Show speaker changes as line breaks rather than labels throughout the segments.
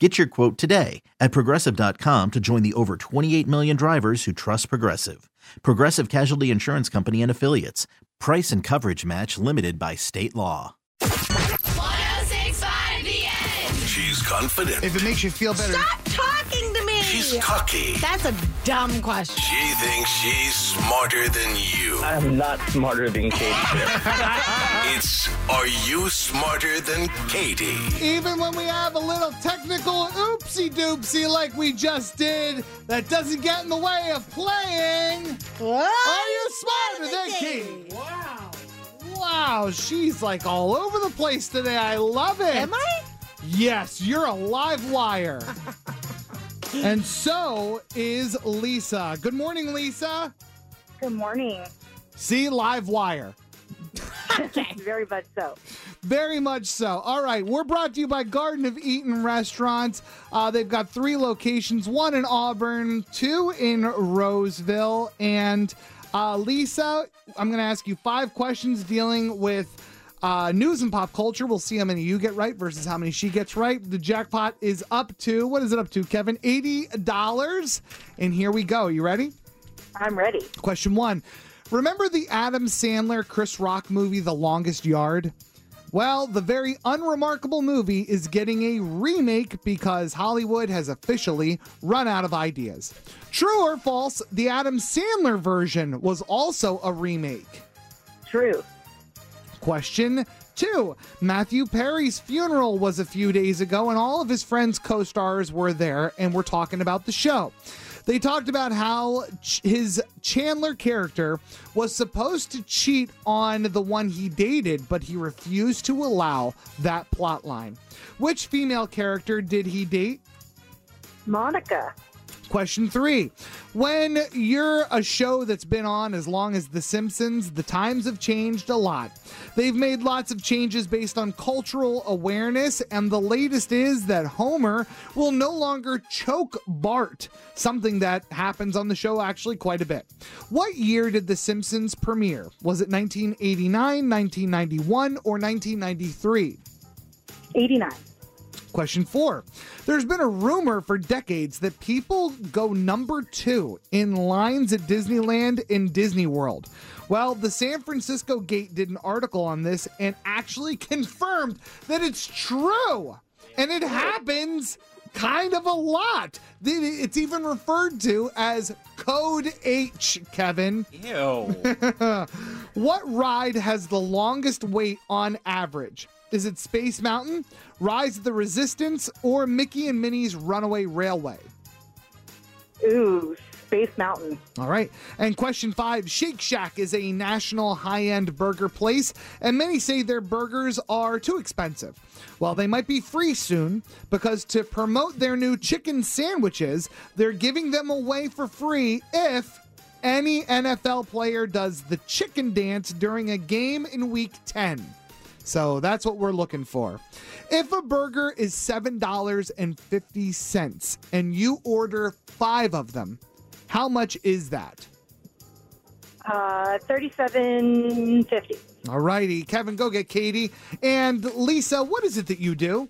Get your quote today at progressive.com to join the over 28 million drivers who trust Progressive. Progressive Casualty Insurance Company and Affiliates. Price and coverage match limited by state law.
1065 The Edge.
She's confident.
If it makes you feel better,
Stop talking to me.
She's cocky.
That's a dumb question.
She thinks she's smarter than you.
I'm not smarter than Kate.
It's Are You Smarter Than Katie?
even when we have a little technical oopsie doopsie like we just did, that doesn't get in the way of playing. Are you smarter than Katie?
Wow.
Wow, she's like all over the place today. I love it.
Am I?
Yes, you're a live wire. and so is Lisa. Good morning, Lisa.
Good morning.
See, live wire.
Very much so.
Very much so. All right, we're brought to you by Garden of Eaton Restaurants. Uh, they've got three locations: one in Auburn, two in Roseville, and uh, Lisa. I'm going to ask you five questions dealing with uh, news and pop culture. We'll see how many you get right versus how many she gets right. The jackpot is up to what is it up to, Kevin? Eighty dollars. And here we go. You ready?
I'm ready.
Question one. Remember the Adam Sandler Chris Rock movie, The Longest Yard? Well, the very unremarkable movie is getting a remake because Hollywood has officially run out of ideas. True or false, the Adam Sandler version was also a remake.
True.
Question two Matthew Perry's funeral was a few days ago, and all of his friends' co stars were there, and we're talking about the show. They talked about how Ch- his Chandler character was supposed to cheat on the one he dated, but he refused to allow that plot line. Which female character did he date?
Monica.
Question three. When you're a show that's been on as long as The Simpsons, the times have changed a lot. They've made lots of changes based on cultural awareness, and the latest is that Homer will no longer choke Bart, something that happens on the show actually quite a bit. What year did The Simpsons premiere? Was it 1989, 1991, or 1993?
89.
Question four. There's been a rumor for decades that people go number two in lines at Disneyland and Disney World. Well, the San Francisco Gate did an article on this and actually confirmed that it's true. And it happens kind of a lot. It's even referred to as Code H, Kevin. What ride has the longest wait on average? Is it Space Mountain, Rise of the Resistance, or Mickey and Minnie's Runaway Railway?
Ooh, Space Mountain.
All right. And question five Shake Shack is a national high end burger place, and many say their burgers are too expensive. Well, they might be free soon because to promote their new chicken sandwiches, they're giving them away for free if any NFL player does the chicken dance during a game in week 10. So that's what we're looking for. If a burger is $7.50 and you order five of them, how much is that?
Uh, 3750.
All righty, Kevin, go get Katie. And Lisa, what is it that you do?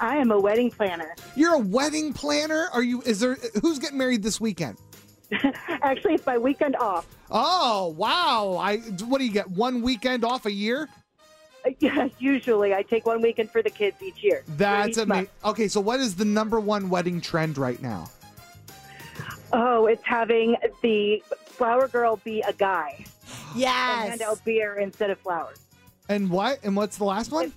I am a wedding planner.
You're a wedding planner? Are you is there who's getting married this weekend?
Actually, it's my weekend off.
Oh, wow. I what do you get? One weekend off a year?
Yeah, usually I take one weekend for the kids each year.
That's
For each month.
amazing. Okay, so what is the number one wedding trend right now?
Oh, it's having the flower girl be a guy
Oh,
and
Yes.
hand out beer instead of flowers.
And what? And what's the last one?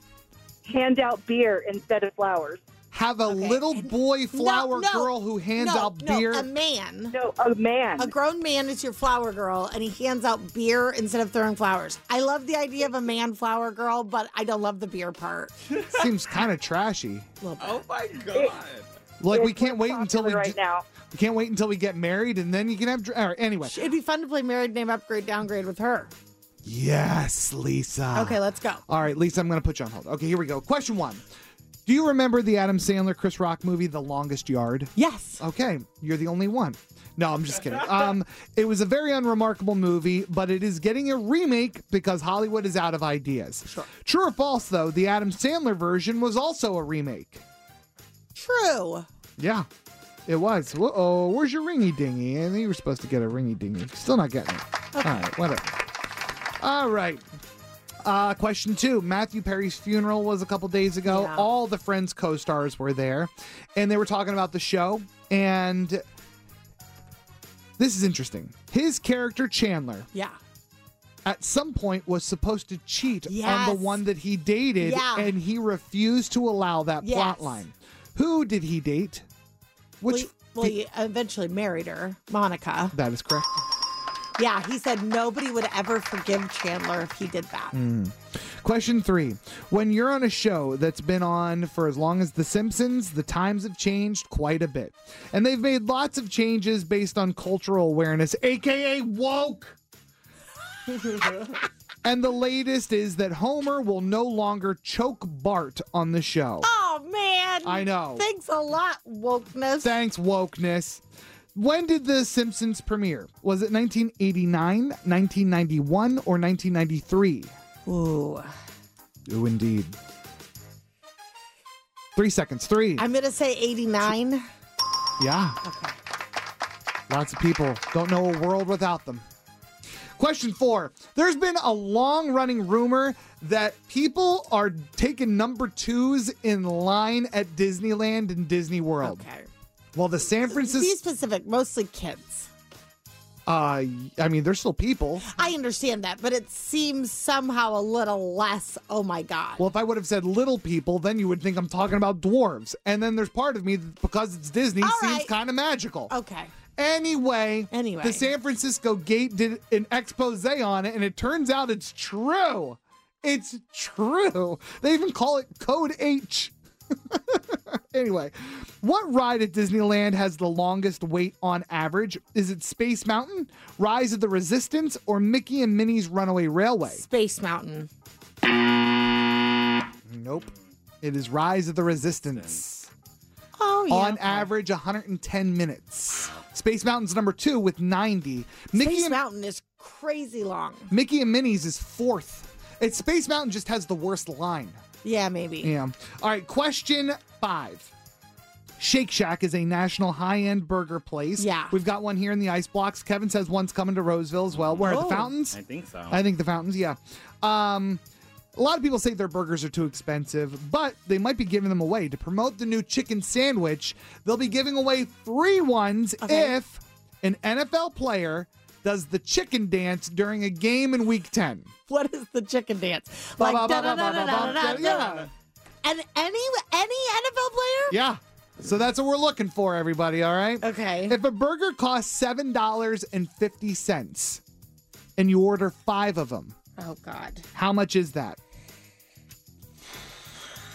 Hand out beer instead of flowers.
Have a little boy flower
no,
girl who hands
no,
out
no, um,
beer.
a man.
No, a man.
A grown man is your flower girl, and he hands out beer instead of throwing flowers. I love the idea of a man flower girl, but I don't love the beer part.
Seems kind of trashy.
Oh my god.
Like we
It's
can't
more
wait until we
popular
ju-
right now.
we can't wait until we get married and then you can have. dr- all right, anyway,
It'd be fun to play married name upgrade downgrade with her.
yes, Lisa.
Okay, let's go.
All right, Lisa, I'm going to put you on hold. Okay, here we go. Question one. Do you remember the Adam Sandler Chris Rock movie, The Longest Yard?
Yes.
Okay, you're the only one. No, I'm just kidding. Um, it was a very unremarkable movie, but it is getting a remake because Hollywood is out of ideas. True or false, though, the Adam Sandler version was also a remake.
True.
Yeah, it was. Uh oh, where's your ringy dingy? And you were supposed to get a ringy dingy. Still not getting it. All right, whatever. All right. Uh, question two Matthew Perry's funeral was a couple days ago.
Yeah.
All the Friends co stars were there, and they were talking about the show. And this is interesting. His character, Chandler,
Yeah.
at some point was supposed to cheat on
Yes.
the one that he dated,
Yeah.
and he refused to allow that
Yes.
plot line. Who did he date? Which
Well, well, he eventually married her, Monica.
That is correct.
Yeah, he said nobody would ever forgive Chandler if he did that.
Question three. When you're on a show that's been on for as long as The Simpsons, the times have changed quite a bit. And they've made lots of changes based on cultural awareness, aka woke. and the latest is that Homer will no longer choke Bart on the show.
Oh man.
I know.
Thanks a lot, wokeness.
Thanks, wokeness. When did The Simpsons premiere? Was it 1989, 1991, or 1993?
Ooh.
Ooh, indeed. Three seconds. 3
I'm gonna say 89.
yeah. Lots of people don't know a world without them. Question four. There's been a long running rumor that people are taking number twos in line at Disneyland and Disney World.
Okay.
Well, the San
Be
Francisco,
specific, mostly kids.
uh, I mean, there's still people.
I understand that, but it seems somehow a little less. Oh my god.
Well, if I would have said little people, then you would think I'm talking about dwarves. And then there's part of me that because it's Disney
All
seems
right.
kind of magical.
okay.
Anyway,
Anyway.
the San Francisco Gate did an expose on it, and it turns out it's true. It's true. They even call it Code H. anyway, what ride at Disneyland has the longest wait on average? Is it Space Mountain, Rise of the Resistance, or Mickey and Minnie's Runaway Railway?
Space Mountain.
Nope. It is Rise of the Resistance.
Oh yeah.
On average, 110 minutes. Space Mountain's number two with 90. Mickey
Space
and
Mountain is crazy long.
Mickey and Minnie's is fourth. It's Space Mountain just has the worst line.
Yeah, maybe.
Yeah. All right, question five. Shake Shack is a national high-end burger place.
Yeah.
We've got one here in the ice blocks. Kevin says one's coming to Roseville as well. Where are the
Oh.
fountains?
I think so.
I think the fountains, yeah. Um, a lot of people say their burgers are too expensive, but they might be giving them away. To promote the new chicken sandwich, they'll be giving away free ones
Okay.
if an NFL player does the chicken dance during a game in week 10.
What is the chicken dance?
Ba-
Like
ba- ba- ba- ba- ba- ba-
da-da-da-da-da-da-da.
Yeah.
And any any NFL player?
Yeah. So that's what we're looking for, everybody, all right?
Okay.
If a burger costs $7.50 and you order five of them,
Oh God.
how much is that?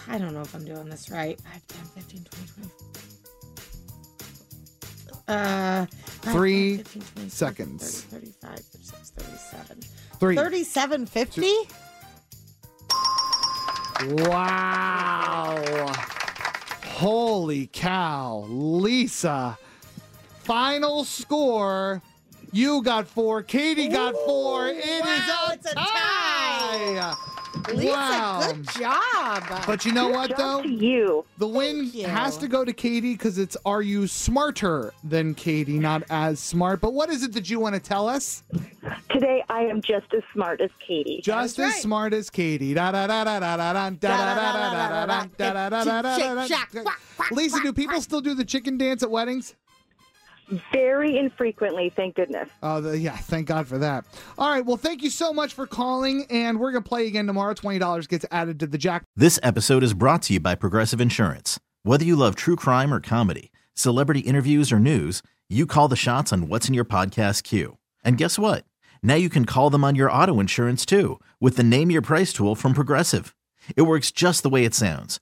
I don't know if I'm doing this right. 5, 10, 15, 20, 20. Uh, five,
Three
10, 15, 20, 30,
seconds.
30, 35, 36, 37.
Three.
3750?
Wow. Holy cow. Lisa. Final score. You got four. Katie got four. It is
Wow,
a
it's a
tie.
Lisa,
Wow.
good job.
But you know what,
Job
though?
to you.
The win
Thank you.
has to go to Katie because it's are you smarter than Katie, not as smart. But what is it that you want to tell us?
Today I am just as smart as Katie.
Just as
right.
smart as Katie. Da da da da da da da da da da da da da da da da da da da
Shake, shake,
da. Lisa, do people still do the chicken dance at weddings?
Very infrequently, thank goodness.
Oh, the, yeah. Thank God for that. All right. Well, thank you so much for calling, and we're gonna play again tomorrow. Twenty dollars gets added to the jack.
This episode is brought to you by Progressive Insurance. Whether you love true crime or comedy, celebrity interviews or news, you call the shots on what's in your podcast queue. And guess what? Now you can call them on your auto insurance too with the Name Your Price tool from Progressive. It works just the way it sounds.